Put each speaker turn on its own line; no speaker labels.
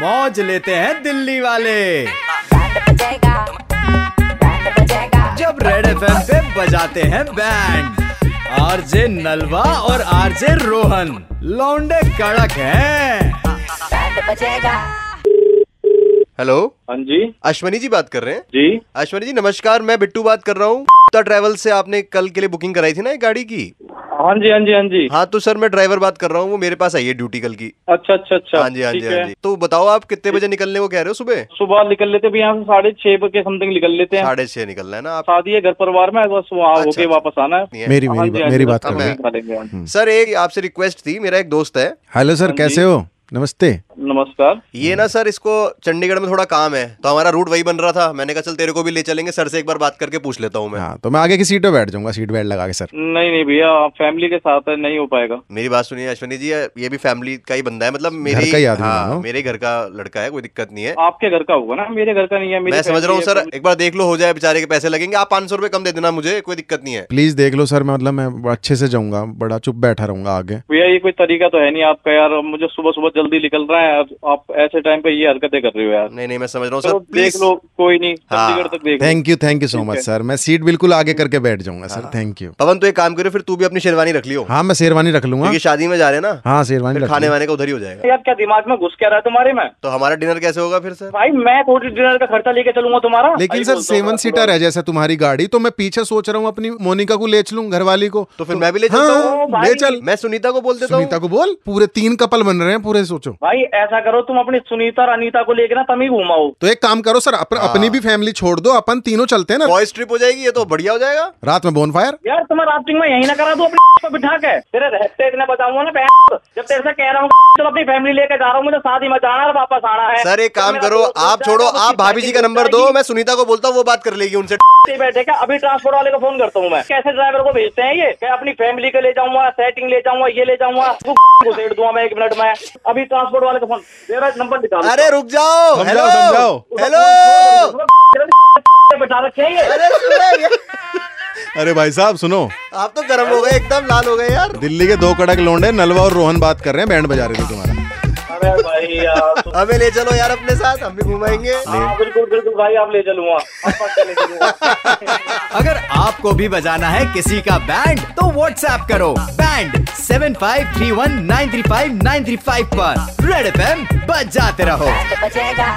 मौज लेते हैं दिल्ली वाले जब रेड एफ पे बजाते हैं बैंड आरजे नलवा और आरजे रोहन लौंडे कड़क हैं
हेलो
हाँ जी
अश्वनी जी बात कर रहे हैं
जी
अश्वनी जी नमस्कार मैं बिट्टू बात कर रहा हूँ ट्रैवल से आपने कल के लिए बुकिंग कराई थी ना एक गाड़ी की
हाँ जी हाँ जी हाँ जी
हाँ तो सर मैं ड्राइवर बात कर रहा हूँ वो मेरे पास आई है ड्यूटी कल की
अच्छा अच्छा अच्छा
हाँ जी हाँ
ठीक
जी हाँ
है अच्छा।
जी तो बताओ आप कितने बजे निकलने को कह रहे हो सुबह
सुबह निकल लेते भी यहाँ से साढ़े छह के समथिंग निकल लेते हैं
साढ़े अच्छा, छह निकलना है ना आप
शादी है घर परिवार में बस वहाँ होके वापस आना है
है।
मेरी
हाँ
मेरी
जी,
बा-
हाँ
मेरी
जी,
बात
बस
कर
हम
मैं-
ही खा लेंगे, हाँ जी।
सर एक आपसे रिक्वेस्ट थी मेरा एक दोस्त है
हाँ
हेलो सर कैसे हो नमस्ते
हम्म।
नमस्कार
हम्म।
ये ना सर इसको चंडीगढ़ में थोड़ा काम है तो हमारा रूट वही बन रहा था मैंने कहा चल तेरे को भी ले चलेंगे सर से एक बार बात करके पूछ लेता हूँ मैं
हाँ तो मैं आगे की सीट पे बैठ जाऊंगा सीट बेल्ट लगा के सर
नहीं नहीं भैया फैमिली के साथ है नहीं हो पाएगा
मेरी बात सुनिए अश्वनी जी ये भी फैमिली का ही बंदा है मतलब मेरे
का ही आदमी
हाँ,
मानो।
मेरे घर का लड़का है कोई दिक्कत नहीं है
आपके घर का होगा ना मेरे घर का नहीं है मेरी
मैं समझ रहा हूँ
family
सर
है,
एक बार देख लो हो जाए बेचारे के पैसे लगेंगे आप पाँच सौ रुपये कम दे देना मुझे कोई दिक्कत नहीं है
प्लीज देख लो सर मैं मतलब मैं अच्छे से जाऊंगा बड़ा चुप बैठा रहूंगा आगे
भैया ये कोई तरीका तो है नहीं आपका यार अब मुझे सुबह सुबह जल्दी निकल रहा है अब आप ऐसे टाइम पे ये हरकतें कर रहे हो यार
नहीं नहीं मैं समझ रहा हूँ सर
चलो देख
प्लीज
लो कोई नहीं
हाँ,
चंडीगढ़ तक देख लो।
Thank you thank you so
ठीक
मच
है।
सर मैं सीट बिल्कुल आगे करके बैठ जाऊंगा सर थैंक यू
पवन तो एक काम करो फिर तू भी अपनी शेरवानी रख लियो
हाँ मैं शेरवानी रख लूंगा
क्योंकि शादी में जा रहे हैं ना
हाँ शेरवानी
फिर
रख
खाने
लूंगा।
वाने का उधर ही हो जाएगा
यार क्या दिमाग में घुस क्या रहा है तुम्हारे में
तो हमारा डिनर कैसे होगा फिर सर
भाई मैं थोड़ी डिनर का खर्चा लेके चलूंगा तुम्हारा
लेकिन
भाई
सर
बोलता हूँ
सेवन
मैं
सीटर है जैसे तुम्हारी गाड़ी तो मैं पीछे सोच रहा हूँ अपनी मोनिका को ले चलूं घरवाली को
तो फिर मैं भी ले
हाँ,
चलता हूँ
भाई।
ले चल
मैं सुनीता को बोल देता
सुनीता
हूँ
को बोल पूरे तीन कपल बन रहे हैं पूरे सोचो
भाई ऐसा करो तुम अपनी सुनीता और अनीता को लेके ना तुम ही घुमाओ
तो एक काम करो सर अपन अपनी भी फैमिली छोड़ दो अपन तीनों चलते हैं ना
बॉयज ट्रिप हो जाएगी ये तो बढ़िया हो जाएगा
रात में बोन फायर
यार तुम्हें राफ्टिंग में यही ना करा दो अपने को बिठा के तेरे रहते इतने बताऊंगा ना बहन, जब तेरे से कह रहा हूँ चलो अपनी फैमिली लेके जा रहा हूँ मुझे शादी में जाना है और वापस आना है
सर एक
तो
काम
मेरा
करो
दोस्त
आप
जाएगा,
छोड़ो
उसकी
आप भाभी जी का
फैमिली
नंबर दो
जाएगी।
मैं सुनीता को बोलता हूँ वो बात कर लेगी उनसे
से बैठे के अभी ट्रांसपोर्ट वाले को फोन करता हूँ मैं कैसे ड्राइवर को भेजते हैं ये क्या अपनी फैमिली को ले जाऊंगा सेटिंग ले जाऊंगा ये ले जाऊंगा वो घुसेड़ दूंगा मैं एक मिनट में अभी ट्रांसपोर्ट वाले का फोन मेरा नंबर निकालो
अरे रुक जाओ हेलो
समझाओ, समझाओ।
हेलो
बैठा रखे हैं ये
अरे सुनो ये-
अरे भाई साहब सुनो
आप तो गर्म हो गए एकदम लाल हो गए यार
दिल्ली के दो कड़क लौंडे नलवा और रोहन बात कर रहे हैं बैंड बजा रहे थे तुम्हारा
अरे भाई यार
हमें ले चलो यार अपने साथ हम भी घुमाएंगे
हाँ बिल्कुल बिल्कुल भाई आप ले चलूंगा आप पक्का ले चलूंगा
अगर आपको भी बजाना है किसी का बैंड तो WhatsApp करो बैंड 7531935935 पर रेड एफ बजाते रहो
बजेगा